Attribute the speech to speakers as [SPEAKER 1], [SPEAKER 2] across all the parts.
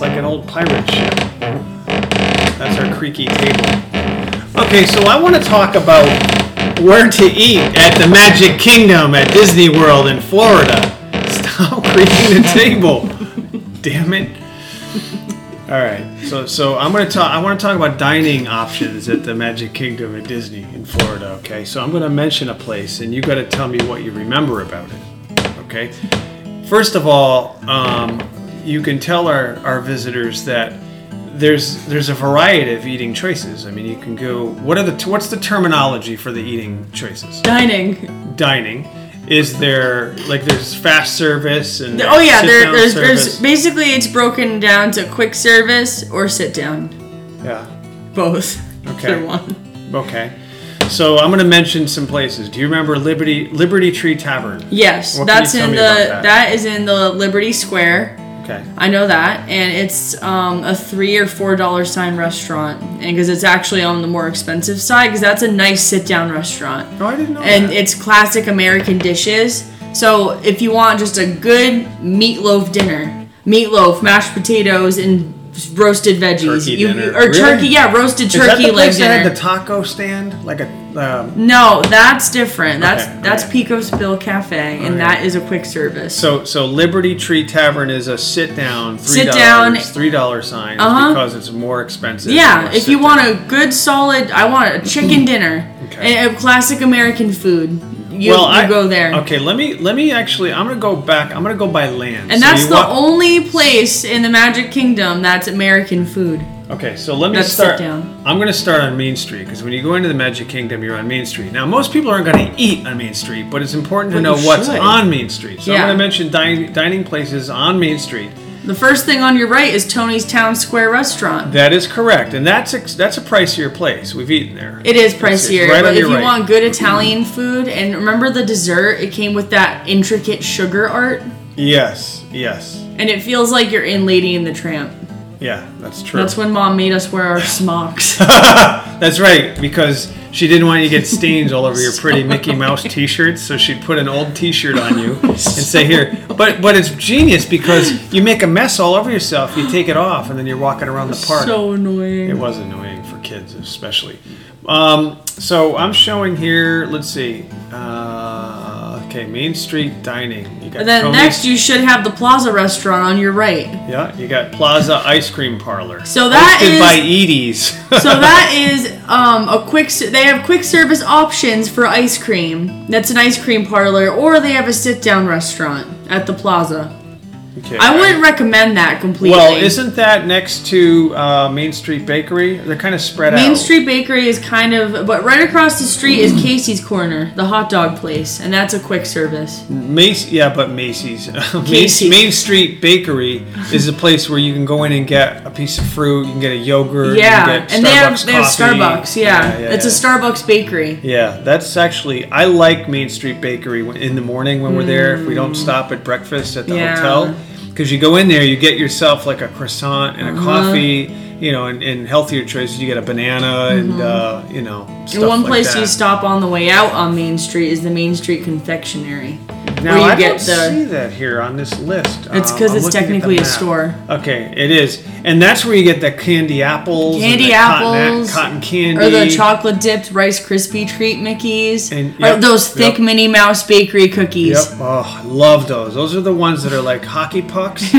[SPEAKER 1] like an old pirate ship. That's our creaky table. Okay, so I want to talk about where to eat at the Magic Kingdom at Disney World in Florida. Stop creaking the table. Damn it. All right. So so I'm going to talk I want to talk about dining options at the Magic Kingdom at Disney in Florida, okay? So I'm going to mention a place and you got to tell me what you remember about it. Okay? First of all, um, you can tell our, our visitors that there's there's a variety of eating choices. I mean, you can go what are the what's the terminology for the eating choices?
[SPEAKER 2] Dining.
[SPEAKER 1] Dining is there like there's fast service and
[SPEAKER 2] Oh yeah, there,
[SPEAKER 1] sit-down
[SPEAKER 2] there's
[SPEAKER 1] service?
[SPEAKER 2] there's basically it's broken down to quick service or sit down,
[SPEAKER 1] yeah.
[SPEAKER 2] both.
[SPEAKER 1] Okay.
[SPEAKER 2] For one.
[SPEAKER 1] Okay. So I'm going to mention some places. Do you remember Liberty Liberty Tree Tavern?
[SPEAKER 2] Yes,
[SPEAKER 1] What can you
[SPEAKER 2] that's
[SPEAKER 1] tell
[SPEAKER 2] in
[SPEAKER 1] me
[SPEAKER 2] the
[SPEAKER 1] about that?
[SPEAKER 2] that is in the Liberty Square.
[SPEAKER 1] Okay.
[SPEAKER 2] I know that, and it's um, a three or four dollar sign restaurant, and because it's actually on the more expensive side, because that's a nice sit down restaurant,
[SPEAKER 1] No, I didn't know.
[SPEAKER 2] and
[SPEAKER 1] that.
[SPEAKER 2] it's classic American dishes. So if you want just a good meatloaf dinner, meatloaf, mashed potatoes, and roasted veggies,
[SPEAKER 1] Turkey
[SPEAKER 2] you,
[SPEAKER 1] dinner.
[SPEAKER 2] or
[SPEAKER 1] Really?
[SPEAKER 2] turkey, yeah, roasted
[SPEAKER 1] is that
[SPEAKER 2] turkey
[SPEAKER 1] the
[SPEAKER 2] leg
[SPEAKER 1] place that
[SPEAKER 2] dinner.
[SPEAKER 1] had the taco stand like a um,
[SPEAKER 2] no, that's different. That's
[SPEAKER 1] Okay,
[SPEAKER 2] that's
[SPEAKER 1] okay.
[SPEAKER 2] Pico's Bill Cafe, and
[SPEAKER 1] Alright.
[SPEAKER 2] that is a quick service.
[SPEAKER 1] So, so Liberty Tree Tavern is a sit down, three
[SPEAKER 2] Sit down.
[SPEAKER 1] dollars, three dollar sign
[SPEAKER 2] Uh-huh.
[SPEAKER 1] because it's more expensive.
[SPEAKER 2] Yeah, if you want a good solid, I want a chicken dinner,
[SPEAKER 1] Okay.
[SPEAKER 2] and a classic American food. You, you go there,
[SPEAKER 1] Okay, let me let me actually. I'm gonna go back. I'm gonna go by land.
[SPEAKER 2] and
[SPEAKER 1] So
[SPEAKER 2] that's
[SPEAKER 1] you
[SPEAKER 2] the
[SPEAKER 1] walk-
[SPEAKER 2] only place in the Magic Kingdom that's American food.
[SPEAKER 1] Okay, so let me
[SPEAKER 2] That's
[SPEAKER 1] start.
[SPEAKER 2] sit-down.
[SPEAKER 1] I'm gonna start on Main Street because when you go into the Magic Kingdom, you're on Main Street. Now, most people aren't gonna eat on Main Street, but it's important to
[SPEAKER 2] But
[SPEAKER 1] know
[SPEAKER 2] you
[SPEAKER 1] what's
[SPEAKER 2] should.
[SPEAKER 1] on Main Street. So
[SPEAKER 2] Yeah.
[SPEAKER 1] I'm gonna mention dining, dining places on Main Street.
[SPEAKER 2] The first thing on your right is Tony's Town Square Restaurant.
[SPEAKER 1] That is correct, and that's ex- that's a pricier place. We've eaten there.
[SPEAKER 2] It
[SPEAKER 1] It's-
[SPEAKER 2] is
[SPEAKER 1] it's
[SPEAKER 2] pricier,
[SPEAKER 1] right
[SPEAKER 2] but
[SPEAKER 1] on
[SPEAKER 2] if
[SPEAKER 1] your
[SPEAKER 2] you
[SPEAKER 1] right.
[SPEAKER 2] want good Italian food, and remember the dessert, it came with that intricate sugar art,
[SPEAKER 1] yes, yes,
[SPEAKER 2] and it feels like you're in Lady and the Tramp.
[SPEAKER 1] yeah, that's true.
[SPEAKER 2] That's when Mom made us wear our smocks.
[SPEAKER 1] That's right, because she didn't want you to get stains all over your pretty Mickey Mouse T-shirts, so she'd put an old T-shirt on you and say, "Here." But but it's genius because you make a mess all over yourself. You take it off, and then you're walking around the park.
[SPEAKER 2] so
[SPEAKER 1] it
[SPEAKER 2] annoying.
[SPEAKER 1] was annoying for kids, especially. Um, so I'm showing here. Let's see. Uh, okay, Main Street Dining. You got
[SPEAKER 2] And then
[SPEAKER 1] Tony's-
[SPEAKER 2] next, you should have the Plaza restaurant on your right.
[SPEAKER 1] yeah, you got Plaza Ice Cream Parlor.
[SPEAKER 2] So that
[SPEAKER 1] hosted
[SPEAKER 2] is-
[SPEAKER 1] by Edie's.
[SPEAKER 2] So that is um, a quick. s- They have quick service options for ice cream. That's an ice cream parlor, or they have a sit-down restaurant at the Plaza.
[SPEAKER 1] Okay,
[SPEAKER 2] I wouldn't recommend that completely.
[SPEAKER 1] Well, isn't that next to uh, Main Street Bakery? They're kind of spread out.
[SPEAKER 2] Main Street Bakery is kind of, but right across the street is Casey's Corner, the hot dog place, and that's a quick service.
[SPEAKER 1] Mace, yeah, but Macy's. Main,
[SPEAKER 2] Casey's.
[SPEAKER 1] Main Street Bakery is a place where you can go in and get a piece of fruit. You can get a yogurt.
[SPEAKER 2] yeah,
[SPEAKER 1] you can get
[SPEAKER 2] and they have
[SPEAKER 1] Starbucks
[SPEAKER 2] they have
[SPEAKER 1] coffee.
[SPEAKER 2] Starbucks. Yeah, it's
[SPEAKER 1] yeah.
[SPEAKER 2] a Starbucks bakery.
[SPEAKER 1] Yeah, that's actually I like Main Street Bakery when- in the morning when we're there. If we don't stop at breakfast at the
[SPEAKER 2] Mm. Yeah.
[SPEAKER 1] hotel, because you go in there, you get yourself like a croissant and a
[SPEAKER 2] Uh-huh.
[SPEAKER 1] coffee. You know, and, and healthier choices, you get a banana and uh, you know. Stuff
[SPEAKER 2] Mm-hmm. And one
[SPEAKER 1] like
[SPEAKER 2] place
[SPEAKER 1] that.
[SPEAKER 2] you stop on the way out on Main Street is the Main Street Confectionery.
[SPEAKER 1] Now
[SPEAKER 2] where you
[SPEAKER 1] I
[SPEAKER 2] get
[SPEAKER 1] don't
[SPEAKER 2] the-
[SPEAKER 1] see that here on this list.
[SPEAKER 2] It's
[SPEAKER 1] Um,
[SPEAKER 2] 'cause
[SPEAKER 1] I'm looking at
[SPEAKER 2] it's
[SPEAKER 1] the
[SPEAKER 2] technically a
[SPEAKER 1] map.
[SPEAKER 2] store.
[SPEAKER 1] Okay, it is, and that's where you get the candy apples, and
[SPEAKER 2] Candy
[SPEAKER 1] the cotton-
[SPEAKER 2] apples,
[SPEAKER 1] cotton, candy,
[SPEAKER 2] Or the chocolate dipped Rice Krispie Treat Mickeys.
[SPEAKER 1] And-
[SPEAKER 2] or
[SPEAKER 1] yep,
[SPEAKER 2] those thick
[SPEAKER 1] yep.
[SPEAKER 2] Minnie Mouse bakery cookies.
[SPEAKER 1] Yep. Oh, I love those. Those are the ones that are like hockey pucks,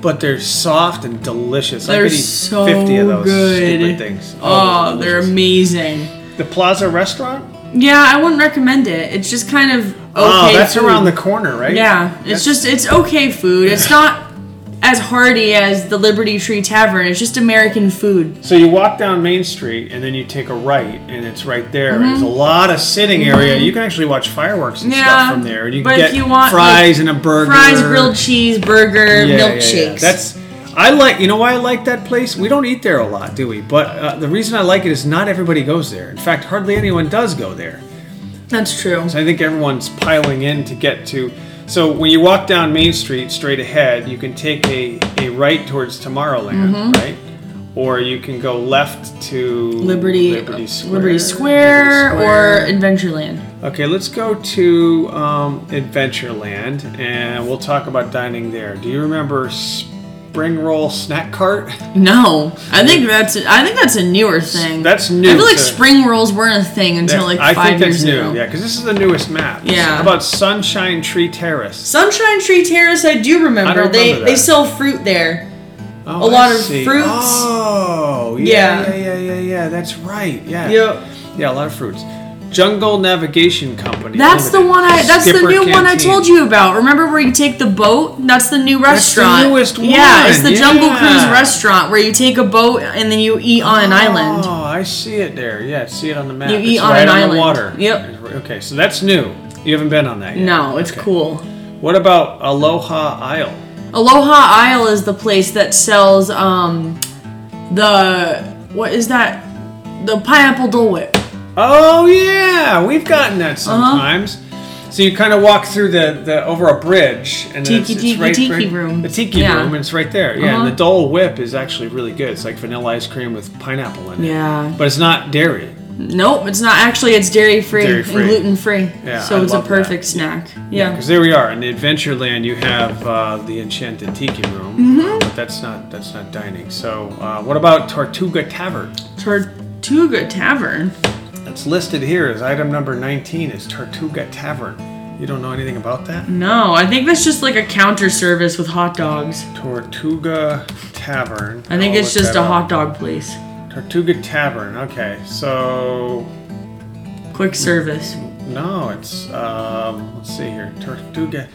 [SPEAKER 1] but they're soft and delicious. I
[SPEAKER 2] They're
[SPEAKER 1] could eat
[SPEAKER 2] so
[SPEAKER 1] fifty of those
[SPEAKER 2] good.
[SPEAKER 1] stupid things.
[SPEAKER 2] Oh,
[SPEAKER 1] those are
[SPEAKER 2] they're
[SPEAKER 1] delicious.
[SPEAKER 2] amazing.
[SPEAKER 1] the Plaza Restaurant.
[SPEAKER 2] Yeah, I wouldn't recommend it. It's just kind of okay.
[SPEAKER 1] oh, that's
[SPEAKER 2] food.
[SPEAKER 1] around the corner, right?
[SPEAKER 2] Yeah,
[SPEAKER 1] That's-
[SPEAKER 2] it's just it's okay food. It's not as hearty as the Liberty Tree Tavern. It's just American food.
[SPEAKER 1] So you walk down Main Street and then you take a right and it's right there. There's a lot of sitting area. You can actually watch fireworks and
[SPEAKER 2] Mm-hmm. Yeah,
[SPEAKER 1] stuff from there. And you
[SPEAKER 2] but
[SPEAKER 1] can
[SPEAKER 2] if
[SPEAKER 1] get
[SPEAKER 2] you want,
[SPEAKER 1] fries and a burger.
[SPEAKER 2] Fries, grilled cheese, burger,
[SPEAKER 1] Yeah, yeah, yeah.
[SPEAKER 2] milkshakes.
[SPEAKER 1] That's I like. You know why I like that place? We don't eat there a lot, do we? But uh, the reason I like it is not everybody goes there. In fact, hardly anyone does go there.
[SPEAKER 2] That's true.
[SPEAKER 1] So I think everyone's piling in to get to. So when you walk down Main Street straight ahead, you can take a, a right towards Tomorrowland,
[SPEAKER 2] Mm-hmm.
[SPEAKER 1] right? Or you can go left to
[SPEAKER 2] Liberty,
[SPEAKER 1] Liberty Square.
[SPEAKER 2] Liberty Square,
[SPEAKER 1] Liberty
[SPEAKER 2] or Adventureland.
[SPEAKER 1] okay, let's go to um, Adventureland, and we'll talk about dining there. Do you remember S- spring roll snack cart?
[SPEAKER 2] No, I think that's I think that's a newer thing.
[SPEAKER 1] That's new
[SPEAKER 2] I feel like
[SPEAKER 1] to-
[SPEAKER 2] spring rolls weren't a thing until like
[SPEAKER 1] I
[SPEAKER 2] five
[SPEAKER 1] think that's
[SPEAKER 2] years
[SPEAKER 1] new.
[SPEAKER 2] ago.
[SPEAKER 1] Yeah, because this is the newest map.
[SPEAKER 2] Yeah.
[SPEAKER 1] How about Sunshine Tree Terrace?
[SPEAKER 2] Sunshine Tree Terrace, I do remember.
[SPEAKER 1] I don't
[SPEAKER 2] they
[SPEAKER 1] remember
[SPEAKER 2] they
[SPEAKER 1] that.
[SPEAKER 2] sell fruit there.
[SPEAKER 1] Oh,
[SPEAKER 2] A lot
[SPEAKER 1] I
[SPEAKER 2] of
[SPEAKER 1] see.
[SPEAKER 2] fruits.
[SPEAKER 1] Oh, yeah, yeah,
[SPEAKER 2] Yeah.
[SPEAKER 1] yeah, yeah, yeah. That's right. Yeah.
[SPEAKER 2] Yep.
[SPEAKER 1] Yeah, a lot of fruits. Jungle Navigation Company.
[SPEAKER 2] That's the
[SPEAKER 1] Limited.
[SPEAKER 2] one I. That's the
[SPEAKER 1] Skipper
[SPEAKER 2] new one I
[SPEAKER 1] Canteen.
[SPEAKER 2] told you about. Remember where you take the boat? That's the new
[SPEAKER 1] That's the
[SPEAKER 2] restaurant.
[SPEAKER 1] newest
[SPEAKER 2] Yeah, it's
[SPEAKER 1] one,
[SPEAKER 2] the Jungle
[SPEAKER 1] yeah.
[SPEAKER 2] Cruise restaurant where you take a boat and then you eat on an island.
[SPEAKER 1] Oh, I see it there. Yeah, I see it on the map.
[SPEAKER 2] You
[SPEAKER 1] it's
[SPEAKER 2] eat on
[SPEAKER 1] right
[SPEAKER 2] an
[SPEAKER 1] on the
[SPEAKER 2] island.
[SPEAKER 1] water.
[SPEAKER 2] Yep.
[SPEAKER 1] Okay, so that's new. You haven't been on that yet.
[SPEAKER 2] No, it's cool.
[SPEAKER 1] What about Aloha Isle?
[SPEAKER 2] Aloha Isle is the place that sells um the what is that? The pineapple Dole Whip.
[SPEAKER 1] Oh yeah, we've gotten
[SPEAKER 2] Uh-huh.
[SPEAKER 1] that sometimes. So you kind of walk through the, the over a bridge and then
[SPEAKER 2] Tiki,
[SPEAKER 1] it's, it's
[SPEAKER 2] tiki,
[SPEAKER 1] right,
[SPEAKER 2] tiki
[SPEAKER 1] right-
[SPEAKER 2] room.
[SPEAKER 1] The tiki
[SPEAKER 2] Yeah.
[SPEAKER 1] room, and it's right there. Yeah,
[SPEAKER 2] Uh-huh.
[SPEAKER 1] and the Dole Whip is actually really good. It's like vanilla ice cream with pineapple in it.
[SPEAKER 2] Yeah.
[SPEAKER 1] but it's not dairy.
[SPEAKER 2] Nope, it's not actually. It's dairy free and
[SPEAKER 1] Dairy-free.
[SPEAKER 2] gluten free.
[SPEAKER 1] Yeah,
[SPEAKER 2] so
[SPEAKER 1] I
[SPEAKER 2] it's a
[SPEAKER 1] love that.
[SPEAKER 2] perfect snack. Yeah.
[SPEAKER 1] because there we are in Adventureland. You have uh, the Enchanted Tiki Room, mm-hmm. but that's not that's not dining. So uh, what about Tortuga Tavern?
[SPEAKER 2] Tortuga Tavern.
[SPEAKER 1] It's listed here as item number 19 is Tortuga Tavern. You don't know anything about that?
[SPEAKER 2] No, I think that's just like a counter service with hot dogs.
[SPEAKER 1] Tortuga Tavern.
[SPEAKER 2] I think
[SPEAKER 1] I'll
[SPEAKER 2] it's
[SPEAKER 1] look
[SPEAKER 2] just
[SPEAKER 1] that
[SPEAKER 2] a
[SPEAKER 1] up.
[SPEAKER 2] hot dog place.
[SPEAKER 1] Tortuga Tavern. Okay, so
[SPEAKER 2] Quick service.
[SPEAKER 1] no, it's um, let's see here, Tortuga.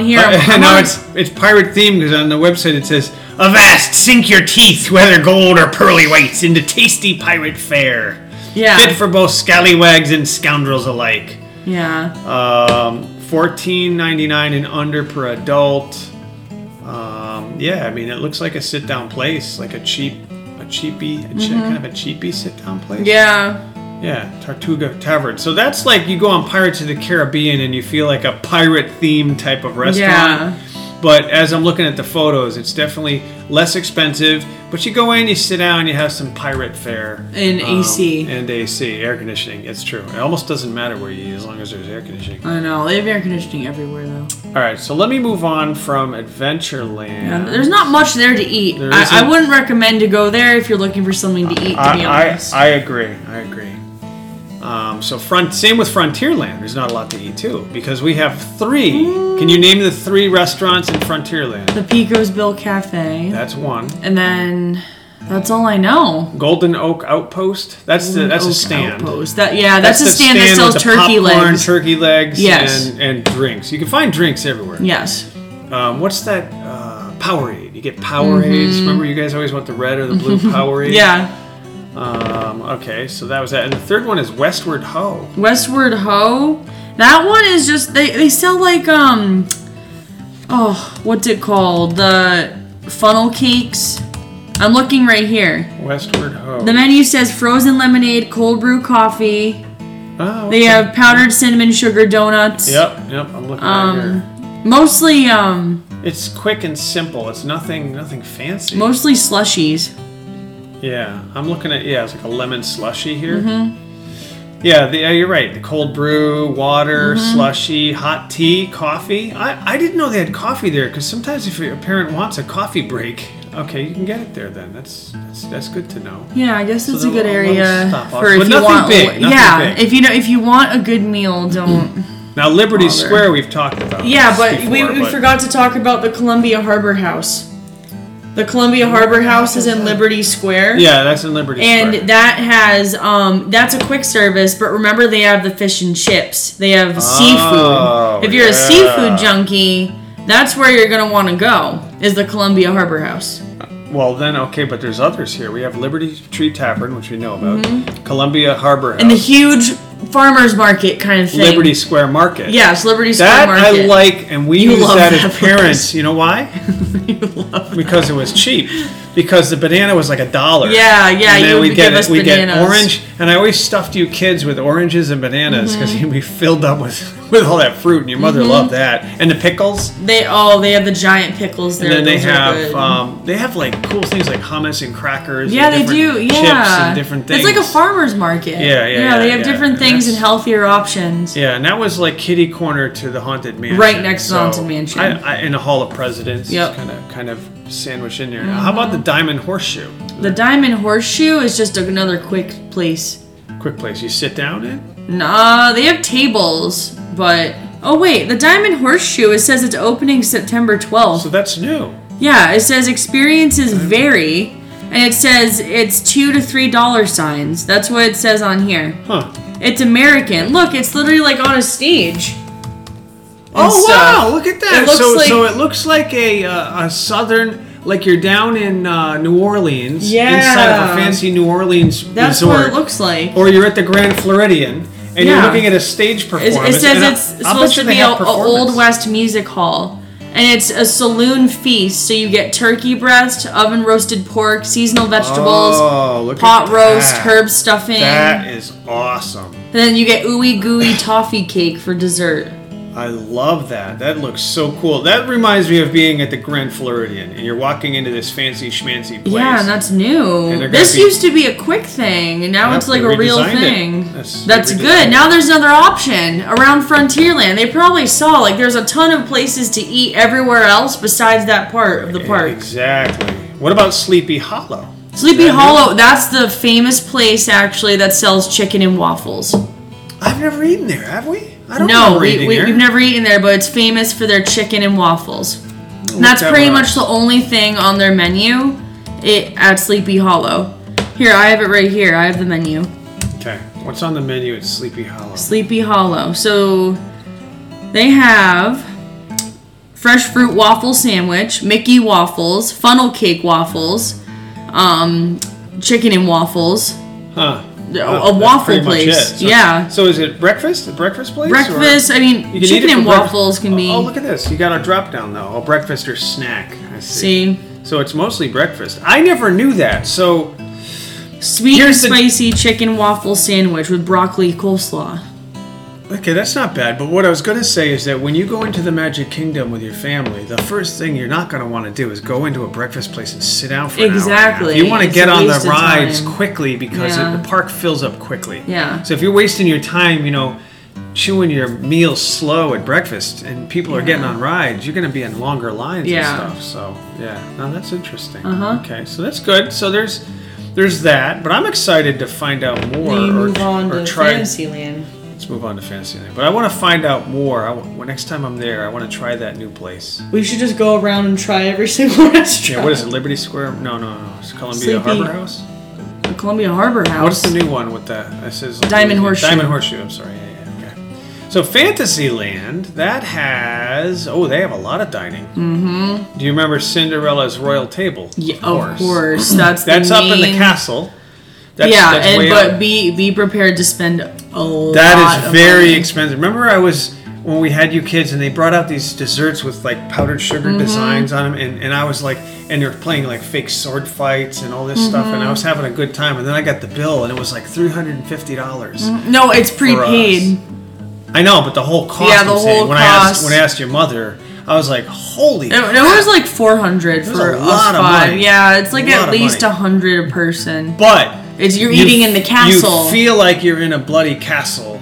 [SPEAKER 2] here. I'm- I'm
[SPEAKER 1] Uh, no,
[SPEAKER 2] on-
[SPEAKER 1] it's it's pirate themed because on the website it says, "Avast, sink your teeth, whether gold or pearly whites, into tasty pirate fare, fit
[SPEAKER 2] yeah.
[SPEAKER 1] for both scallywags and scoundrels alike."
[SPEAKER 2] yeah.
[SPEAKER 1] Um, fourteen ninety nine and under per adult. Um, yeah, I mean it looks like a sit down place, like a cheap, a cheapy, a che- kind of a cheapy sit down place.
[SPEAKER 2] Mm-hmm. Yeah.
[SPEAKER 1] Yeah, Tortuga Tavern. So that's like you go on Pirates of the Caribbean and you feel like a pirate themed type of restaurant.
[SPEAKER 2] Yeah.
[SPEAKER 1] But as I'm looking at the photos, it's definitely less expensive. But you go in, you sit down, you have some pirate fare. Um,
[SPEAKER 2] And AC.
[SPEAKER 1] And AC, air conditioning. It's true. It almost doesn't matter where you eat as long as there's air conditioning.
[SPEAKER 2] I know. They have air conditioning everywhere, though.
[SPEAKER 1] All right, so let me move on from Adventureland.
[SPEAKER 2] Yeah, There's not much there to eat.
[SPEAKER 1] There
[SPEAKER 2] I,
[SPEAKER 1] isn't.
[SPEAKER 2] I wouldn't recommend to go there if you're looking for something to eat, to be
[SPEAKER 1] I, I,
[SPEAKER 2] honest.
[SPEAKER 1] I agree. I agree. Um, so front, same with Frontierland. There's not a lot to eat too because we have three. Can you name the three restaurants in Frontierland?
[SPEAKER 2] the Pico's Bill Cafe.
[SPEAKER 1] That's one.
[SPEAKER 2] and then that's all I know.
[SPEAKER 1] Golden Oak Outpost. That's the that's a
[SPEAKER 2] Oak
[SPEAKER 1] stand.
[SPEAKER 2] Outpost. That, yeah, that's, a
[SPEAKER 1] the
[SPEAKER 2] stand, that sells
[SPEAKER 1] with the
[SPEAKER 2] turkey
[SPEAKER 1] popcorn,
[SPEAKER 2] legs.
[SPEAKER 1] turkey legs,
[SPEAKER 2] Yes.
[SPEAKER 1] and, and drinks. You can find drinks everywhere.
[SPEAKER 2] yes.
[SPEAKER 1] Um, what's that? Uh, Powerade. You get Powerades. Remember, you guys always want the red or the blue Powerade.
[SPEAKER 2] Mm-hmm. Yeah.
[SPEAKER 1] Um, okay, so that was that. And the third one is Westward Ho.
[SPEAKER 2] Westward Ho. That one is just they they sell like um oh, what's it called? The funnel cakes. I'm looking right here.
[SPEAKER 1] Westward Ho.
[SPEAKER 2] The menu says frozen lemonade, cold brew coffee.
[SPEAKER 1] Oh,
[SPEAKER 2] They have powdered cinnamon sugar donuts.
[SPEAKER 1] Yep, yep. I'm looking right here.
[SPEAKER 2] Um mostly um
[SPEAKER 1] It's quick and simple. It's nothing, nothing fancy.
[SPEAKER 2] mostly slushies.
[SPEAKER 1] yeah, I'm looking at yeah. It's like a lemon slushy here.
[SPEAKER 2] Mm-hmm.
[SPEAKER 1] Yeah, the, yeah, you're right. The cold brew, water, slushy, hot tea, coffee. I, I didn't know they had coffee there because sometimes if your parent wants a coffee break, okay, you can get it there. Then that's that's, that's good to know.
[SPEAKER 2] Yeah, I guess it's
[SPEAKER 1] the
[SPEAKER 2] a good
[SPEAKER 1] little- little
[SPEAKER 2] area
[SPEAKER 1] stop off.
[SPEAKER 2] for if
[SPEAKER 1] But
[SPEAKER 2] you
[SPEAKER 1] nothing
[SPEAKER 2] want
[SPEAKER 1] big, nothing
[SPEAKER 2] Yeah,
[SPEAKER 1] big.
[SPEAKER 2] if you know if you want a good meal, don't
[SPEAKER 1] Now Liberty
[SPEAKER 2] Bother.
[SPEAKER 1] Square, we've talked about.
[SPEAKER 2] Yeah,
[SPEAKER 1] this
[SPEAKER 2] but we,
[SPEAKER 1] before,
[SPEAKER 2] we
[SPEAKER 1] but-
[SPEAKER 2] forgot to talk about the Columbia Harbor House. The Columbia Harbor House is in Liberty Square.
[SPEAKER 1] Yeah, that's in Liberty
[SPEAKER 2] And
[SPEAKER 1] Square.
[SPEAKER 2] that has um that's a quick service, but remember they have the fish and chips. They have seafood. If you're
[SPEAKER 1] Oh, yeah.
[SPEAKER 2] a seafood junkie, that's where you're gonna want to go. Is the Columbia Harbor House?
[SPEAKER 1] Well, then okay, but there's others here. We have Liberty Tree Tavern, which we know about, Columbia Harbor House,
[SPEAKER 2] Mm-hmm. And the huge farmers market kind of thing.
[SPEAKER 1] Liberty Square Market.
[SPEAKER 2] Yes, Liberty Square
[SPEAKER 1] that
[SPEAKER 2] Market.
[SPEAKER 1] I like, and we
[SPEAKER 2] You
[SPEAKER 1] use
[SPEAKER 2] love
[SPEAKER 1] that,
[SPEAKER 2] that
[SPEAKER 1] as parents. You know why? because it was cheap. Because the banana was like a dollar.
[SPEAKER 2] Yeah, yeah,
[SPEAKER 1] And
[SPEAKER 2] you
[SPEAKER 1] then
[SPEAKER 2] would
[SPEAKER 1] we get
[SPEAKER 2] give us
[SPEAKER 1] we get
[SPEAKER 2] bananas.
[SPEAKER 1] orange, and I always stuffed you kids with oranges and bananas
[SPEAKER 2] Mm-hmm.
[SPEAKER 1] because you'd be filled up with with all that fruit, and your mother loved that, and the pickles.
[SPEAKER 2] They oh they have the giant pickles there.
[SPEAKER 1] And then they
[SPEAKER 2] Those are
[SPEAKER 1] have
[SPEAKER 2] good.
[SPEAKER 1] um, they have like cool things like hummus and crackers.
[SPEAKER 2] Yeah,
[SPEAKER 1] and
[SPEAKER 2] they
[SPEAKER 1] different
[SPEAKER 2] do. Yeah,
[SPEAKER 1] Chips and different things.
[SPEAKER 2] It's like a farmer's market.
[SPEAKER 1] Yeah, yeah, yeah,
[SPEAKER 2] they have
[SPEAKER 1] yeah.
[SPEAKER 2] different
[SPEAKER 1] And
[SPEAKER 2] things and
[SPEAKER 1] that's-
[SPEAKER 2] healthier options.
[SPEAKER 1] Yeah, and that was like kitty corner to the haunted mansion.
[SPEAKER 2] Right next to the Haunted Mansion.
[SPEAKER 1] I, I, in a hall of presidents.
[SPEAKER 2] Yep. Mm-hmm.
[SPEAKER 1] Kind of, kind of sandwich in there. Now, How about the Diamond Horseshoe?
[SPEAKER 2] The Diamond Horseshoe is just another quick place.
[SPEAKER 1] Quick place. You sit down in?
[SPEAKER 2] Nah, they have tables, but oh wait, the Diamond Horseshoe. It says it's opening September twelfth.
[SPEAKER 1] So that's new.
[SPEAKER 2] Yeah, it says experiences vary, and it says it's two to three dollar signs. That's what it says on here.
[SPEAKER 1] Huh.
[SPEAKER 2] It's American. Look, it's literally like on a stage. and
[SPEAKER 1] Oh
[SPEAKER 2] stuff.
[SPEAKER 1] wow! Look at that.
[SPEAKER 2] It looks
[SPEAKER 1] so
[SPEAKER 2] like-
[SPEAKER 1] so it looks like a uh, a southern like you're down in uh, New Orleans
[SPEAKER 2] Yeah.
[SPEAKER 1] inside of a fancy New Orleans
[SPEAKER 2] That's
[SPEAKER 1] resort,
[SPEAKER 2] what it looks like.
[SPEAKER 1] or you're at the Grand Floridian and
[SPEAKER 2] Yeah.
[SPEAKER 1] you're looking at a stage
[SPEAKER 2] It,
[SPEAKER 1] performance.
[SPEAKER 2] it says
[SPEAKER 1] and I-
[SPEAKER 2] it's
[SPEAKER 1] I'll bet
[SPEAKER 2] supposed
[SPEAKER 1] you
[SPEAKER 2] to
[SPEAKER 1] they
[SPEAKER 2] be a,
[SPEAKER 1] have
[SPEAKER 2] a
[SPEAKER 1] performance.
[SPEAKER 2] old west music hall, and it's a saloon feast. So you get turkey breast, oven roasted pork, seasonal vegetables,
[SPEAKER 1] Oh, look at
[SPEAKER 2] pot roast,
[SPEAKER 1] that.
[SPEAKER 2] herb stuffing.
[SPEAKER 1] That is awesome.
[SPEAKER 2] And then you get ooey gooey toffee cake for dessert.
[SPEAKER 1] I love that. That looks so cool. That reminds me of being at the Grand Floridian, and you're walking into this fancy schmancy place.
[SPEAKER 2] Yeah, and that's
[SPEAKER 1] And
[SPEAKER 2] new.
[SPEAKER 1] they're gonna
[SPEAKER 2] This
[SPEAKER 1] be-
[SPEAKER 2] used to be a quick thing, and now
[SPEAKER 1] Yep,
[SPEAKER 2] it's like
[SPEAKER 1] they
[SPEAKER 2] a real
[SPEAKER 1] redesigned it.
[SPEAKER 2] thing.
[SPEAKER 1] That's-
[SPEAKER 2] That's,
[SPEAKER 1] they redesigned
[SPEAKER 2] good.
[SPEAKER 1] it.
[SPEAKER 2] Now there's another option around Frontierland. They probably saw like there's a ton of places to eat everywhere else besides that part of the park.
[SPEAKER 1] Exactly. What about Sleepy Hollow?
[SPEAKER 2] Sleepy
[SPEAKER 1] Yeah, I know.
[SPEAKER 2] Hollow, that's the famous place actually that sells chicken and waffles.
[SPEAKER 1] I've never eaten there, have we? I don't
[SPEAKER 2] No,
[SPEAKER 1] remember
[SPEAKER 2] we,
[SPEAKER 1] eating
[SPEAKER 2] we,
[SPEAKER 1] there.
[SPEAKER 2] we've never eaten there, but it's famous for their chicken and waffles. And
[SPEAKER 1] look
[SPEAKER 2] that's
[SPEAKER 1] that
[SPEAKER 2] pretty
[SPEAKER 1] one up.
[SPEAKER 2] much the only thing on their menu it, at Sleepy Hollow. Here, I have it right here. I have the menu.
[SPEAKER 1] Okay. What's on the menu at Sleepy Hollow?
[SPEAKER 2] Sleepy Hollow. So they have fresh fruit waffle sandwich, Mickey waffles, funnel cake waffles, um, chicken and waffles,
[SPEAKER 1] Huh.
[SPEAKER 2] a,
[SPEAKER 1] Huh,
[SPEAKER 2] a
[SPEAKER 1] that's
[SPEAKER 2] waffle
[SPEAKER 1] pretty much
[SPEAKER 2] place.
[SPEAKER 1] it. So-
[SPEAKER 2] yeah.
[SPEAKER 1] So is it breakfast? A breakfast place? or-
[SPEAKER 2] breakfast, I
[SPEAKER 1] You
[SPEAKER 2] mean,
[SPEAKER 1] can eat
[SPEAKER 2] chicken
[SPEAKER 1] it for
[SPEAKER 2] and
[SPEAKER 1] breakfast-
[SPEAKER 2] waffles can
[SPEAKER 1] Oh,
[SPEAKER 2] be.
[SPEAKER 1] Oh, look at this. You got a drop down though. A breakfast or snack. I see.
[SPEAKER 2] see,
[SPEAKER 1] So it's mostly breakfast. I never knew that. So
[SPEAKER 2] sweet
[SPEAKER 1] Here's the-
[SPEAKER 2] and spicy chicken waffle sandwich with broccoli coleslaw.
[SPEAKER 1] Okay, that's not bad. But what I was going to say is that when you go into the Magic Kingdom with your family, the first thing you're not going to want to do is go into a breakfast place and sit down for an hour and a half.
[SPEAKER 2] Exactly.
[SPEAKER 1] You want to
[SPEAKER 2] It's
[SPEAKER 1] get
[SPEAKER 2] a
[SPEAKER 1] on the
[SPEAKER 2] waste of
[SPEAKER 1] rides
[SPEAKER 2] time.
[SPEAKER 1] quickly because
[SPEAKER 2] Yeah.
[SPEAKER 1] it, the park fills up quickly.
[SPEAKER 2] Yeah.
[SPEAKER 1] So if you're wasting your time, you know, chewing your meal slow at breakfast and people are getting on rides, you're going to be in longer lines
[SPEAKER 2] Yeah.
[SPEAKER 1] and stuff. So, yeah. No, that's interesting.
[SPEAKER 2] Uh-huh.
[SPEAKER 1] Okay. So that's good. So there's there's that, but I'm excited to find out more
[SPEAKER 2] Then you
[SPEAKER 1] or,
[SPEAKER 2] move on
[SPEAKER 1] or
[SPEAKER 2] to
[SPEAKER 1] try
[SPEAKER 2] Fantasyland.
[SPEAKER 1] Let's move on to Fantasyland. But I want to find out more. I w- well, next time I'm there, I want to try that new place.
[SPEAKER 2] We should just go around and try every single restaurant.
[SPEAKER 1] Yeah, what is it? Liberty Square? No, no, no. It's Columbia
[SPEAKER 2] Sleepy-
[SPEAKER 1] Harbor House.
[SPEAKER 2] The Columbia Harbor House.
[SPEAKER 1] What's the new one with the? It says like-
[SPEAKER 2] Diamond Horseshoe.
[SPEAKER 1] Diamond Horseshoe. I'm sorry. Yeah, yeah. Okay. So Fantasyland that has oh they have a lot of dining. Mm-hmm. Do you remember Cinderella's royal table?
[SPEAKER 2] Yeah, of course. That's the
[SPEAKER 1] That's up in the
[SPEAKER 2] main-
[SPEAKER 1] castle. That's,
[SPEAKER 2] yeah,
[SPEAKER 1] that's
[SPEAKER 2] and
[SPEAKER 1] way
[SPEAKER 2] but
[SPEAKER 1] up.
[SPEAKER 2] be be prepared to spend a lot.
[SPEAKER 1] That is
[SPEAKER 2] of
[SPEAKER 1] very
[SPEAKER 2] money.
[SPEAKER 1] expensive. Remember, I was when we had you kids, and they brought out these desserts with like powdered sugar
[SPEAKER 2] Mm-hmm.
[SPEAKER 1] designs on them, and, and I was like, and they're playing like fake sword fights and all this stuff, and I
[SPEAKER 2] Mm-hmm.
[SPEAKER 1] was having a good time, and then I got the bill, and it was like three hundred and fifty dollars.
[SPEAKER 2] No, it's prepaid.
[SPEAKER 1] I know, but the whole cost.
[SPEAKER 2] Yeah, the
[SPEAKER 1] I'm saying,
[SPEAKER 2] whole
[SPEAKER 1] when I asked
[SPEAKER 2] cost.
[SPEAKER 1] when I asked your mother, I was like, holy.
[SPEAKER 2] It, it was like four hundred
[SPEAKER 1] was
[SPEAKER 2] for
[SPEAKER 1] a
[SPEAKER 2] us
[SPEAKER 1] lot of
[SPEAKER 2] five.
[SPEAKER 1] money.
[SPEAKER 2] Yeah, it's like
[SPEAKER 1] A lot
[SPEAKER 2] at
[SPEAKER 1] of
[SPEAKER 2] least a
[SPEAKER 1] money.
[SPEAKER 2] hundred a person.
[SPEAKER 1] but
[SPEAKER 2] It's you're
[SPEAKER 1] you
[SPEAKER 2] eating
[SPEAKER 1] f-
[SPEAKER 2] in the castle,
[SPEAKER 1] You feel like you're in a bloody castle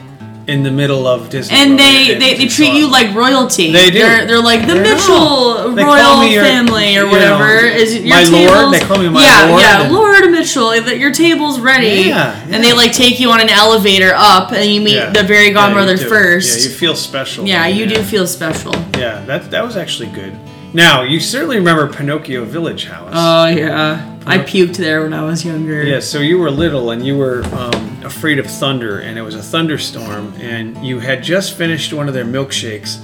[SPEAKER 1] in the middle of Disney.
[SPEAKER 2] and
[SPEAKER 1] World.
[SPEAKER 2] they,
[SPEAKER 1] It-
[SPEAKER 2] they, they
[SPEAKER 1] it's
[SPEAKER 2] treat you
[SPEAKER 1] awesome.
[SPEAKER 2] like royalty.
[SPEAKER 1] They do.
[SPEAKER 2] They're, they're like the
[SPEAKER 1] They
[SPEAKER 2] Mitchell
[SPEAKER 1] know. They call
[SPEAKER 2] royal
[SPEAKER 1] me your-
[SPEAKER 2] family
[SPEAKER 1] you
[SPEAKER 2] or
[SPEAKER 1] know,
[SPEAKER 2] whatever. is it your
[SPEAKER 1] my
[SPEAKER 2] tables?
[SPEAKER 1] lord? They call me my
[SPEAKER 2] yeah,
[SPEAKER 1] lord
[SPEAKER 2] Yeah,
[SPEAKER 1] and-
[SPEAKER 2] Lord Mitchell. That your table's ready.
[SPEAKER 1] Yeah,
[SPEAKER 2] And they
[SPEAKER 1] yeah.
[SPEAKER 2] like take you on an elevator up, and you meet the fairy
[SPEAKER 1] you
[SPEAKER 2] godmother
[SPEAKER 1] do.
[SPEAKER 2] first.
[SPEAKER 1] Yeah, you feel special.
[SPEAKER 2] Yeah, you do feel special.
[SPEAKER 1] Yeah, that that was actually good. Now you certainly remember Pinocchio Village House.
[SPEAKER 2] Oh yeah, I puked there when I was younger.
[SPEAKER 1] yeah, so you were little and you were um, afraid of thunder, and it was a thunderstorm, and you had just finished one of their milkshakes,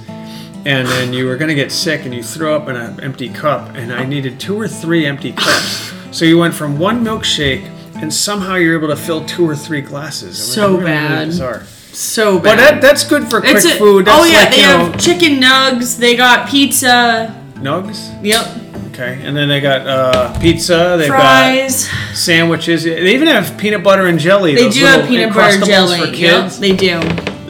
[SPEAKER 1] and then you were gonna get sick, and you threw up in an empty cup, and I needed two or three empty cups, so you went from one milkshake, and somehow you're able to fill two or three glasses. It was
[SPEAKER 2] So
[SPEAKER 1] really, really
[SPEAKER 2] bad.
[SPEAKER 1] bizarre.
[SPEAKER 2] So
[SPEAKER 1] But
[SPEAKER 2] bad.
[SPEAKER 1] that, that's good for quick
[SPEAKER 2] a-
[SPEAKER 1] food. That's
[SPEAKER 2] oh yeah,
[SPEAKER 1] like,
[SPEAKER 2] they
[SPEAKER 1] you know,
[SPEAKER 2] have chicken nugs. They got pizza.
[SPEAKER 1] nugs.
[SPEAKER 2] Yep.
[SPEAKER 1] Okay, and then they got uh, pizza. They've
[SPEAKER 2] Fries.
[SPEAKER 1] got sandwiches. They even have peanut butter and jelly.
[SPEAKER 2] They
[SPEAKER 1] those
[SPEAKER 2] do have
[SPEAKER 1] little
[SPEAKER 2] peanut butter
[SPEAKER 1] Encrustables
[SPEAKER 2] jelly.
[SPEAKER 1] for
[SPEAKER 2] Yep,
[SPEAKER 1] kids.
[SPEAKER 2] they do.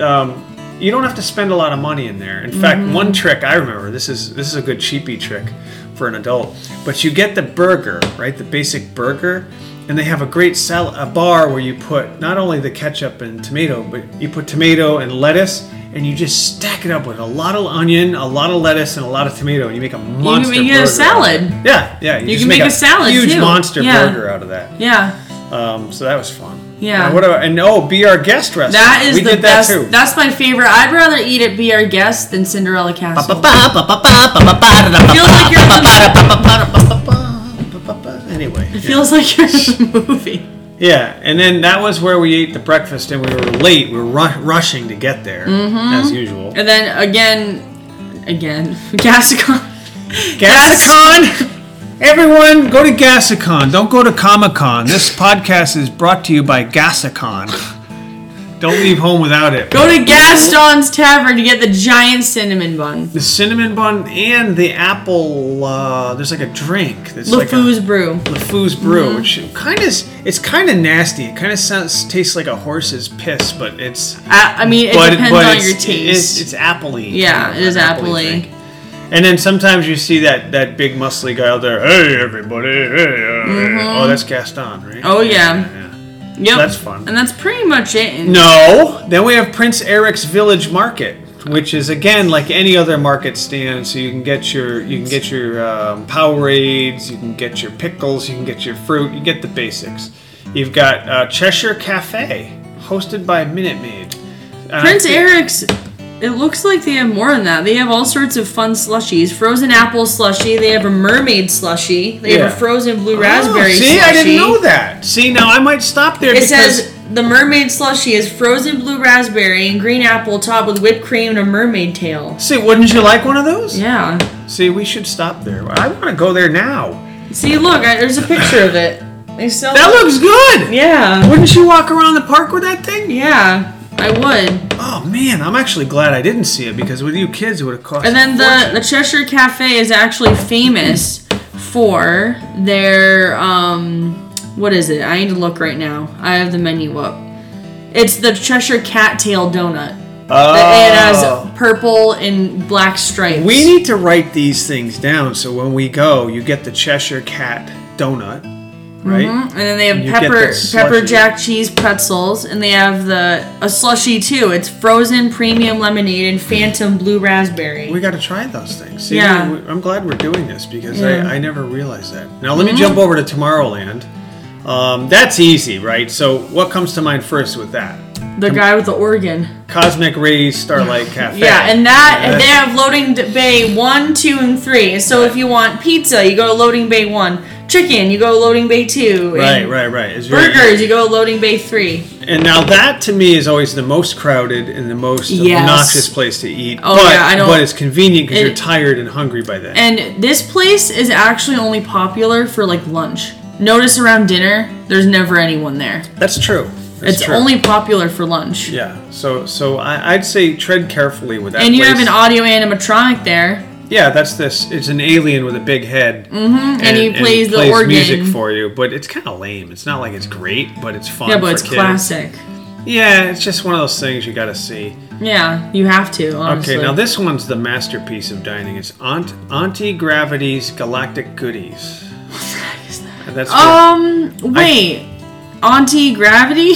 [SPEAKER 1] Um, you don't have to spend a lot of money in there. In
[SPEAKER 2] Mm-hmm.
[SPEAKER 1] fact, one trick I remember this is this is a good cheapy trick for an adult. But you get the burger, right? The basic burger, and they have a great salad, a bar where you put not only the ketchup and tomato, but you put tomato and lettuce, and you just stack it up with a lot of onion, a lot of lettuce, and a lot of tomato, and you make a
[SPEAKER 2] You
[SPEAKER 1] monster
[SPEAKER 2] can make
[SPEAKER 1] burger out
[SPEAKER 2] it a
[SPEAKER 1] of it.
[SPEAKER 2] salad.
[SPEAKER 1] Yeah, yeah. You, just
[SPEAKER 2] can make a salad,
[SPEAKER 1] huge
[SPEAKER 2] too.
[SPEAKER 1] monster
[SPEAKER 2] Yeah.
[SPEAKER 1] burger out of that.
[SPEAKER 2] Yeah.
[SPEAKER 1] Um, so that was fun.
[SPEAKER 2] Yeah.
[SPEAKER 1] And what about, and oh, be our guest restaurant.
[SPEAKER 2] That is
[SPEAKER 1] we
[SPEAKER 2] the
[SPEAKER 1] did
[SPEAKER 2] best.
[SPEAKER 1] That too.
[SPEAKER 2] That's my favorite. I'd rather eat at Be Our Guest than Cinderella Castle. Feels like you're in
[SPEAKER 1] anyway.
[SPEAKER 2] It feels like you're in the movie.
[SPEAKER 1] Yeah, and then that was where we ate the breakfast, and we were late. We were ru- rushing to get there, as usual.
[SPEAKER 2] And then again, again, Gasicon.
[SPEAKER 1] Gasicon! Everyone, go to Gasicon. Don't go to Comic Con. This podcast is brought to you by Gasicon. Don't leave home without it.
[SPEAKER 2] Go to Gaston's Tavern to get the giant cinnamon bun.
[SPEAKER 1] The cinnamon bun and the apple. Uh, there's like a drink. It's like a-
[SPEAKER 2] LeFou's brew.
[SPEAKER 1] LeFou's brew, which kind of it's kind of nasty. It kind of sounds tastes like a horse's piss, but it's
[SPEAKER 2] I, I mean, it
[SPEAKER 1] but,
[SPEAKER 2] depends
[SPEAKER 1] but
[SPEAKER 2] on
[SPEAKER 1] it's,
[SPEAKER 2] your
[SPEAKER 1] It's,
[SPEAKER 2] taste.
[SPEAKER 1] it's appley.
[SPEAKER 2] Yeah,
[SPEAKER 1] kind
[SPEAKER 2] it is
[SPEAKER 1] an appley
[SPEAKER 2] appley.
[SPEAKER 1] drink. And then sometimes you see that that big muscly guy out there. Hey, everybody! Hey, uh, oh, that's Gaston, right?
[SPEAKER 2] Mm-hmm. Oh, yeah. yep.
[SPEAKER 1] that's fun.
[SPEAKER 2] And that's pretty much it. in-
[SPEAKER 1] No. Then we have Prince Eric's Village Market, which is again like any other market stand. So you can get your you can get your um, Powerades, you can get your pickles, you can get your fruit, you get the basics. You've got uh, Cheshire Cafe, hosted by Minute Maid. Uh,
[SPEAKER 2] Prince Eric's. It looks like they have more than that. They have all sorts of fun slushies: frozen apple slushy. They have a mermaid slushy. They have
[SPEAKER 1] Yeah.
[SPEAKER 2] a frozen blue
[SPEAKER 1] Oh,
[SPEAKER 2] raspberry.
[SPEAKER 1] see, I didn't
[SPEAKER 2] slushy.
[SPEAKER 1] know that. See, now I might stop there
[SPEAKER 2] It
[SPEAKER 1] because
[SPEAKER 2] says the mermaid slushy is frozen blue raspberry and green apple topped with whipped cream and a mermaid tail.
[SPEAKER 1] see, wouldn't you like one of those?
[SPEAKER 2] Yeah.
[SPEAKER 1] See, we should stop there. I want to go there now.
[SPEAKER 2] See, look, I, there's a picture of it. They sell.
[SPEAKER 1] That looks good.
[SPEAKER 2] Yeah.
[SPEAKER 1] Wouldn't you walk around the park with that thing?
[SPEAKER 2] Yeah. I would.
[SPEAKER 1] Oh man, I'm actually glad I didn't see it because with you kids, it would have cost.
[SPEAKER 2] And then
[SPEAKER 1] a fortune.
[SPEAKER 2] the the Cheshire Cafe is actually famous for their um what is it? I need to look right now. I have the menu up. It's the Cheshire Cattail Donut. It
[SPEAKER 1] Oh.
[SPEAKER 2] has purple and black stripes.
[SPEAKER 1] we need to write these things down so when we go, you get the Cheshire Cat donut, right?
[SPEAKER 2] And then they have
[SPEAKER 1] You get
[SPEAKER 2] pepper
[SPEAKER 1] that
[SPEAKER 2] pepper
[SPEAKER 1] slushy.
[SPEAKER 2] jack cheese pretzels, and they have the a slushy too. It's frozen premium lemonade and phantom blue raspberry.
[SPEAKER 1] We got to try those things. See,
[SPEAKER 2] Yeah.
[SPEAKER 1] we- I'm glad we're doing this because
[SPEAKER 2] Yeah. Mm-hmm.
[SPEAKER 1] I, I never realized that. Now let me jump over to Tomorrowland. Um, that's easy, right? So what comes to mind first with that?
[SPEAKER 2] the guy with the organ.
[SPEAKER 1] Cosmic Rays Starlight Cafe.
[SPEAKER 2] Yeah, and that
[SPEAKER 1] Yeah.
[SPEAKER 2] and they have loading d- bay one, two, and three. So if you want pizza, you go to loading bay one. Chicken, you go to loading bay two.
[SPEAKER 1] right,
[SPEAKER 2] and
[SPEAKER 1] right, right. Is your-
[SPEAKER 2] Burgers, you go to loading bay three.
[SPEAKER 1] And now that to me is always the most crowded and the most
[SPEAKER 2] Yes.
[SPEAKER 1] obnoxious place to eat.
[SPEAKER 2] Oh,
[SPEAKER 1] but,
[SPEAKER 2] yeah, I don't-
[SPEAKER 1] but it's convenient because
[SPEAKER 2] It-
[SPEAKER 1] you're tired and hungry by then.
[SPEAKER 2] And this place is actually only popular for like lunch. Notice around dinner, there's never anyone there.
[SPEAKER 1] That's true. That's
[SPEAKER 2] it's
[SPEAKER 1] true.
[SPEAKER 2] only popular for lunch.
[SPEAKER 1] yeah. So so I, I'd say tread carefully with that.
[SPEAKER 2] And you
[SPEAKER 1] place.
[SPEAKER 2] have an audio animatronic there.
[SPEAKER 1] yeah. That's this. It's an alien with a big head, mm-hmm. and,
[SPEAKER 2] he plays the organ.
[SPEAKER 1] music for you. But it's kind of lame. It's not like it's great, but it's fun.
[SPEAKER 2] Yeah, but
[SPEAKER 1] for
[SPEAKER 2] it's
[SPEAKER 1] kids.
[SPEAKER 2] classic.
[SPEAKER 1] Yeah, it's just one of those things you got to see.
[SPEAKER 2] Yeah, you have to, honestly.
[SPEAKER 1] Okay, now this one's the masterpiece of dining. It's Aunt Auntie Gravity's Galactic Goodies. And That's where-
[SPEAKER 2] Um, wait. Auntie Gravity?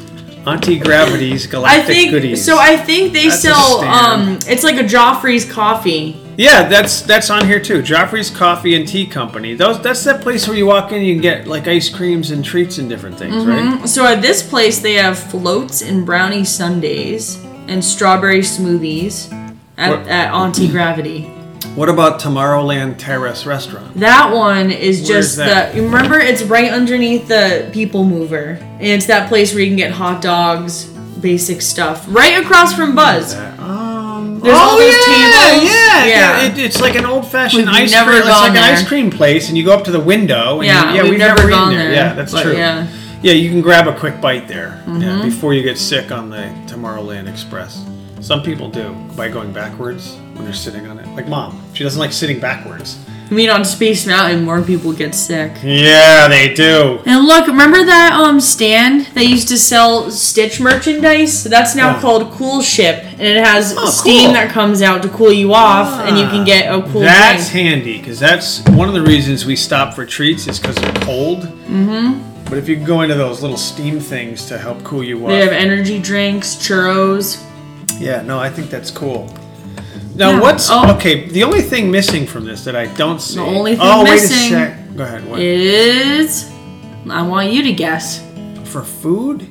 [SPEAKER 1] Auntie Gravity's
[SPEAKER 2] I
[SPEAKER 1] Galactic
[SPEAKER 2] think
[SPEAKER 1] Goodies.
[SPEAKER 2] so I think they
[SPEAKER 1] That's a
[SPEAKER 2] sell
[SPEAKER 1] stand.
[SPEAKER 2] um it's like a Joffrey's coffee.
[SPEAKER 1] yeah, that's that's on here too. Joffrey's Coffee and Tea Company. Those that's that place where you walk in, you can get like ice creams and treats and different things, right?
[SPEAKER 2] So at this place they have floats and brownie sundaes and strawberry smoothies at,
[SPEAKER 1] What-
[SPEAKER 2] at Auntie Gravity.
[SPEAKER 1] What about Tomorrowland Terrace Restaurant?
[SPEAKER 2] That one is just
[SPEAKER 1] that?
[SPEAKER 2] the you remember it's right underneath the people mover. And it's that place where you can get hot dogs, basic stuff. Right across from Buzz.
[SPEAKER 1] Um,
[SPEAKER 2] There's all those tables.
[SPEAKER 1] yeah,
[SPEAKER 2] Yeah.
[SPEAKER 1] It, it's like an old-fashioned
[SPEAKER 2] We've
[SPEAKER 1] ice
[SPEAKER 2] never
[SPEAKER 1] cream. It's like
[SPEAKER 2] gone
[SPEAKER 1] an ice
[SPEAKER 2] there.
[SPEAKER 1] cream place, and you go up to the window. And
[SPEAKER 2] Yeah,
[SPEAKER 1] you, yeah,
[SPEAKER 2] we've never
[SPEAKER 1] eaten
[SPEAKER 2] gone there,
[SPEAKER 1] Yeah, that's
[SPEAKER 2] but
[SPEAKER 1] true.
[SPEAKER 2] yeah. Mm-hmm.
[SPEAKER 1] Yeah, you can grab a quick bite there yeah, before you get sick on the Tomorrowland Express. Some people do by going backwards when they're sitting on it. Like mom, she doesn't like sitting backwards.
[SPEAKER 2] I mean on Space Mountain more people get sick.
[SPEAKER 1] Yeah, they do.
[SPEAKER 2] And look, remember that um stand they used to sell Stitch merchandise? That's now
[SPEAKER 1] Yeah.
[SPEAKER 2] called Cool Ship, and it has
[SPEAKER 1] Oh,
[SPEAKER 2] steam
[SPEAKER 1] cool. Ah,
[SPEAKER 2] that comes out to cool you off, and you can get a cool
[SPEAKER 1] that's
[SPEAKER 2] drink.
[SPEAKER 1] handy because that's one of the reasons we stop for treats is because they're cold. Mm-hmm. But if you can go into those little steam things to help cool you
[SPEAKER 2] They have
[SPEAKER 1] off,
[SPEAKER 2] energy drinks, churros.
[SPEAKER 1] Yeah, no, I think that's cool. Now,
[SPEAKER 2] Yeah.
[SPEAKER 1] what's
[SPEAKER 2] Oh.
[SPEAKER 1] okay? The only thing missing from this that I don't see.
[SPEAKER 2] only thing
[SPEAKER 1] oh,
[SPEAKER 2] missing
[SPEAKER 1] wait a sec. Go ahead. What?
[SPEAKER 2] Is I want you to guess.
[SPEAKER 1] For food?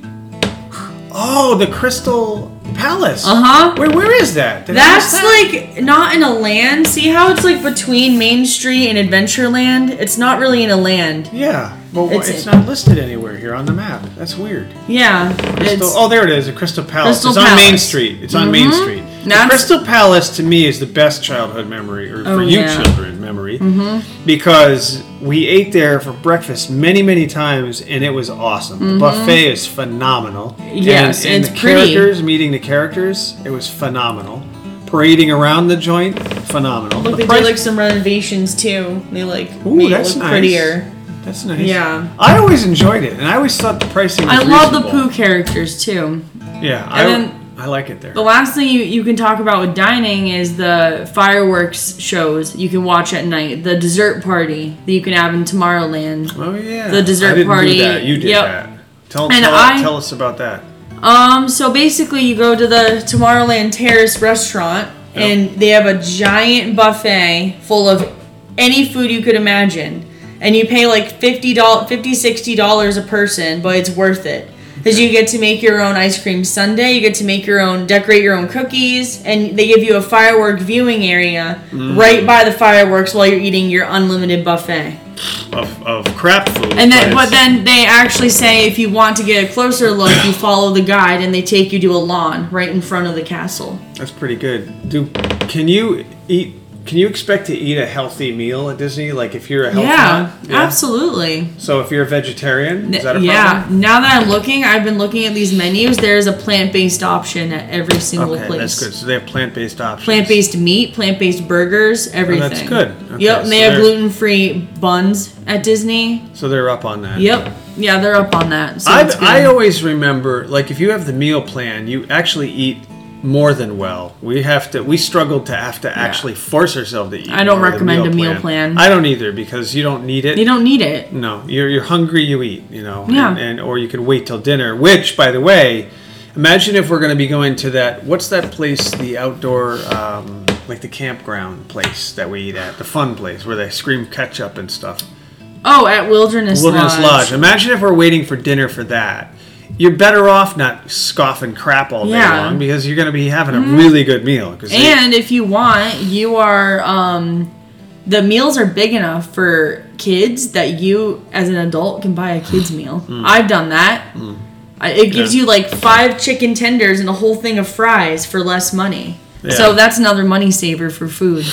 [SPEAKER 1] Oh, the Crystal Palace.
[SPEAKER 2] Uh-huh.
[SPEAKER 1] Wait, where is that? Did I miss
[SPEAKER 2] That's
[SPEAKER 1] that?
[SPEAKER 2] like not in a land. See how it's like between Main Street and Adventureland? It's not really in a land.
[SPEAKER 1] Yeah, but wh-
[SPEAKER 2] It's-
[SPEAKER 1] it's, not listed anywhere here on the map. That's weird.
[SPEAKER 2] Yeah.
[SPEAKER 1] Crystal,
[SPEAKER 2] It's,
[SPEAKER 1] oh, there it is. The Crystal Palace.
[SPEAKER 2] Crystal
[SPEAKER 1] it's on Main
[SPEAKER 2] Palace. Mm-hmm.
[SPEAKER 1] Street. It's on Main Street.
[SPEAKER 2] That's-
[SPEAKER 1] the Crystal Palace to me is the best childhood memory, or for
[SPEAKER 2] Oh,
[SPEAKER 1] you
[SPEAKER 2] yeah. Mm-hmm.
[SPEAKER 1] children memory, because we ate there for breakfast many, many times, and it was awesome. The buffet is phenomenal.
[SPEAKER 2] Mm-hmm. Yes,
[SPEAKER 1] and, and
[SPEAKER 2] it's
[SPEAKER 1] the
[SPEAKER 2] pretty.
[SPEAKER 1] characters meeting the characters, it was phenomenal. Parading around the joint, phenomenal.
[SPEAKER 2] look,
[SPEAKER 1] The
[SPEAKER 2] they
[SPEAKER 1] price-
[SPEAKER 2] did like some renovations too. They like
[SPEAKER 1] Ooh,
[SPEAKER 2] made it
[SPEAKER 1] that's
[SPEAKER 2] look
[SPEAKER 1] nice.
[SPEAKER 2] prettier.
[SPEAKER 1] that's nice.
[SPEAKER 2] Yeah.
[SPEAKER 1] I always enjoyed it, and I always thought the pricing. Was
[SPEAKER 2] I love the
[SPEAKER 1] reasonable.
[SPEAKER 2] poo characters too.
[SPEAKER 1] Yeah, I,
[SPEAKER 2] then-
[SPEAKER 1] I like it there.
[SPEAKER 2] The last thing you, you can talk about with dining is the fireworks shows you can watch at night, the dessert party that you can have in Tomorrowland.
[SPEAKER 1] Oh yeah.
[SPEAKER 2] The dessert
[SPEAKER 1] I didn't
[SPEAKER 2] party.
[SPEAKER 1] Do that. You did
[SPEAKER 2] Yep.
[SPEAKER 1] that. Tell,
[SPEAKER 2] And
[SPEAKER 1] tell,
[SPEAKER 2] I-
[SPEAKER 1] tell us about that.
[SPEAKER 2] Um, so basically, you go to the Tomorrowland Terrace restaurant, and they have a giant buffet full of any food you could imagine, and you pay like fifty dollars, fifty sixty dollars a person, but it's worth it. Because you get to make your own ice cream sundae, you get to make your own, decorate your own cookies, and they give you a firework viewing area right by the fireworks while you're eating your unlimited buffet.
[SPEAKER 1] Of, of crap food.
[SPEAKER 2] And then,
[SPEAKER 1] but
[SPEAKER 2] but then they actually say if you want to get a closer look, you follow the guide, and they take you to a lawn right in front of the castle.
[SPEAKER 1] that's pretty good. Do can you eat? Can you expect to eat a healthy meal at Disney? Like if you're a healthy
[SPEAKER 2] yeah,
[SPEAKER 1] one?
[SPEAKER 2] absolutely.
[SPEAKER 1] So if you're a vegetarian, is that a
[SPEAKER 2] yeah.
[SPEAKER 1] problem?
[SPEAKER 2] Now that I'm looking, I've been looking at these menus. There is a plant-based option at every single
[SPEAKER 1] Okay,
[SPEAKER 2] place.
[SPEAKER 1] that's good. So they have plant-based options.
[SPEAKER 2] Plant-based meat, plant-based burgers, everything.
[SPEAKER 1] Oh, that's good. Okay,
[SPEAKER 2] yep, and
[SPEAKER 1] so
[SPEAKER 2] they have
[SPEAKER 1] they're-
[SPEAKER 2] gluten-free buns at Disney.
[SPEAKER 1] So they're up on that.
[SPEAKER 2] Yep. Yeah, they're up on that. So it's
[SPEAKER 1] I've,
[SPEAKER 2] good.
[SPEAKER 1] I always remember, like, if you have the meal plan, you actually eat more than well. We have to, we struggled to have to actually force ourselves to eat.
[SPEAKER 2] I don't
[SPEAKER 1] more with
[SPEAKER 2] recommend a meal plan.
[SPEAKER 1] I don't either because you don't need it.
[SPEAKER 2] you don't need it.
[SPEAKER 1] no, you're, you're hungry, you eat, you know.
[SPEAKER 2] Yeah.
[SPEAKER 1] And, and or you can wait till dinner. Which, by the way, imagine if we're going to be going to that. What's that place? The outdoor, um, like the campground place that we eat at, the fun place where they scream ketchup and stuff.
[SPEAKER 2] Oh, at Wilderness,
[SPEAKER 1] Wilderness Lodge. Imagine if we're waiting for dinner for that. You're better off not scoffing crap all day
[SPEAKER 2] Yeah. Mm-hmm.
[SPEAKER 1] long because you're going to be having a really good meal. 'cause they-
[SPEAKER 2] And if you want, you are um, the meals are big enough for kids that you, as an adult, can buy a kids meal.
[SPEAKER 1] Hmm.
[SPEAKER 2] I've done that. I, it gives
[SPEAKER 1] Yeah.
[SPEAKER 2] you like five chicken tenders and a whole thing of fries for less money.
[SPEAKER 1] Yeah.
[SPEAKER 2] So that's another money saver for food.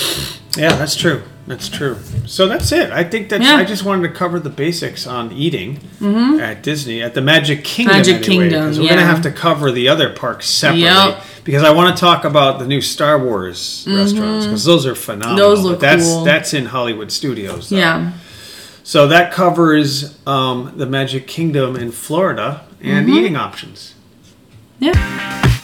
[SPEAKER 1] yeah, that's true. That's true. So that's it. I think that's.
[SPEAKER 2] Yeah. Mm-hmm.
[SPEAKER 1] I just wanted to cover the basics on eating at Disney at the Magic Kingdom.
[SPEAKER 2] Magic
[SPEAKER 1] anyway,
[SPEAKER 2] Kingdom,
[SPEAKER 1] 'cause we're going
[SPEAKER 2] yeah.
[SPEAKER 1] to have to cover the other parks separately
[SPEAKER 2] Yep.
[SPEAKER 1] because I want to talk about the new Star Wars restaurants because those are phenomenal.
[SPEAKER 2] Mm-hmm. Those look
[SPEAKER 1] But that's
[SPEAKER 2] cool.
[SPEAKER 1] that's in Hollywood Studios. Though.
[SPEAKER 2] Yeah.
[SPEAKER 1] So that covers um, the Magic Kingdom in Florida and eating options.
[SPEAKER 2] Yeah.